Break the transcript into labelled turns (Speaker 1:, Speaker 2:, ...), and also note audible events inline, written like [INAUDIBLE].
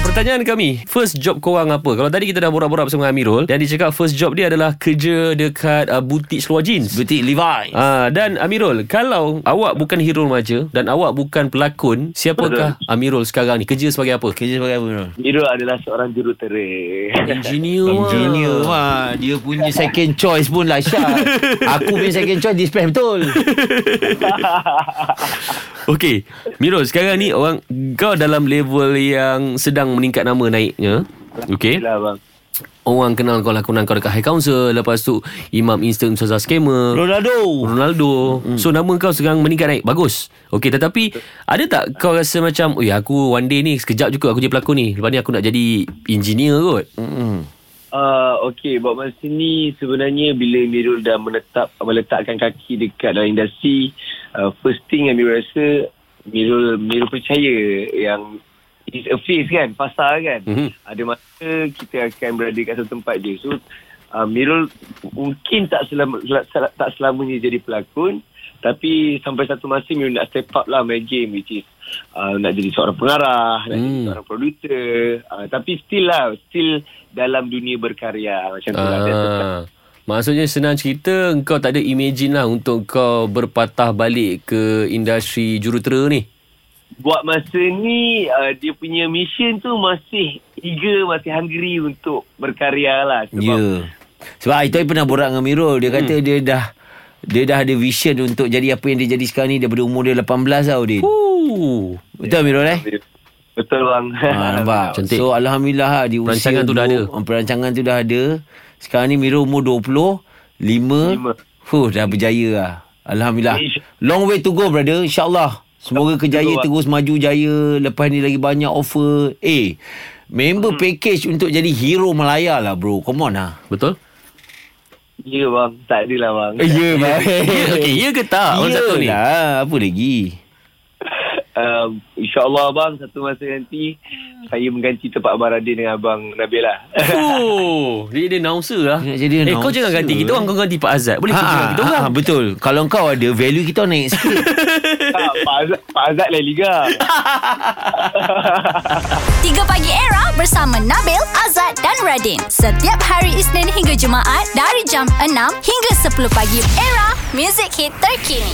Speaker 1: Pertanyaan kami First job korang apa Kalau tadi kita dah borak-borak Bersama Amirul Dan dia cakap first job dia adalah Kerja dekat uh, butik seluar jeans
Speaker 2: Butik Levi.
Speaker 1: Ah, Dan Amirul Kalau awak bukan hero remaja Dan awak bukan pelakon Siapakah Amirul sekarang ni Kerja sebagai apa
Speaker 2: Kerja sebagai apa Nurul?
Speaker 3: Hero adalah seorang jurutera.
Speaker 1: Eh? Engineer
Speaker 2: Engineer
Speaker 1: Oh.
Speaker 2: wah. Dia punya second choice pun lah
Speaker 1: [LAUGHS]
Speaker 2: Syah Aku punya second choice Display betul
Speaker 1: Okay Mirul sekarang ni orang Kau dalam level yang Sedang meningkat nama naiknya Okay
Speaker 3: Gila bang.
Speaker 1: Orang kenal kau lakonan kau dekat High Council Lepas tu Imam Instant Ustazah Scammer
Speaker 2: Ronaldo
Speaker 1: Ronaldo hmm. So nama kau sekarang meningkat naik Bagus Okay tetapi Ada tak kau rasa macam Ui aku one day ni Sekejap juga aku jadi pelakon ni Lepas ni aku nak jadi Engineer kot
Speaker 3: Uh, okay, buat masa ni sebenarnya bila Mirul dah menetap, meletakkan kaki dekat dalam industri, uh, first thing yang Mirul rasa, Mirul, Mirul percaya yang it's a phase kan, fasa kan.
Speaker 1: Mhm.
Speaker 3: Ada masa kita akan berada kat satu tempat je. So, uh, Mirul mungkin tak selama, sel- sel- tak selamanya jadi pelakon, tapi sampai satu masa Mirul nak step up lah main game which is uh, nak jadi seorang pengarah, nak jadi
Speaker 1: Hmm.
Speaker 3: seorang producer. Uh, tapi still lah, still dalam dunia berkarya macam tu lah.
Speaker 1: ah. Maksudnya senang cerita Kau tak ada imagine lah Untuk kau berpatah balik Ke industri jurutera ni
Speaker 3: Buat masa ni, uh, dia punya mission tu masih eager, masih hungry untuk berkarya lah.
Speaker 2: Ya
Speaker 3: Sebab
Speaker 2: Sebab Aitoy pernah borak dengan Mirul Dia kata dia dah Dia dah ada vision Untuk jadi apa yang dia jadi sekarang ni Daripada umur dia 18 tau Din
Speaker 1: Ooh.
Speaker 2: Betul Mirul eh
Speaker 1: Ya.
Speaker 3: Betul bang.
Speaker 2: [LAUGHS] Ha, nampak
Speaker 1: Cantik.
Speaker 2: Cantik. So Alhamdulillah lah, di usia
Speaker 1: Perancangan tu dah ada.
Speaker 2: dua- Perancangan tu dah ada Sekarang ni Miro umur 20
Speaker 3: Lima.
Speaker 2: 5 Huh dah berjaya lah Alhamdulillah
Speaker 3: Ish.
Speaker 2: Long way to go brother InsyaAllah Semoga kejaya
Speaker 3: Betul,
Speaker 2: terus maju jaya Lepas ni lagi banyak offer Eh Member
Speaker 1: Hmm.
Speaker 2: package untuk jadi hero Melaya lah bro Come on lah
Speaker 1: Betul?
Speaker 3: [LAUGHS] ya bang, tak adalah bang.
Speaker 1: Eh,
Speaker 2: [LAUGHS] Ya Ah, bang
Speaker 1: Okay ya ke tak Orang satu ni
Speaker 2: lah Apa lagi
Speaker 3: Uh, InsyaAllah abang Satu masa nanti Saya mengganti tempat Abang Radin Dengan abang Nabil lah
Speaker 1: Oh, dia dia announcer lah.
Speaker 2: Nak jadi
Speaker 1: Eh, kau
Speaker 2: announcer.
Speaker 1: jangan ganti kita orang, kau ganti Pak Azad. Boleh kerja dengan kita orang.
Speaker 2: ha, betul Kalau kau ada Value kita naik [LAUGHS] sikit
Speaker 3: Ah, [LAUGHS] Pak Azad Pak Azad lain liga
Speaker 4: 3 Pagi Era bersama Nabil, Azad dan Radin. Setiap hari Isnin hingga Jumaat dari jam 6 hingga 10 pagi. Era, music hit terkini.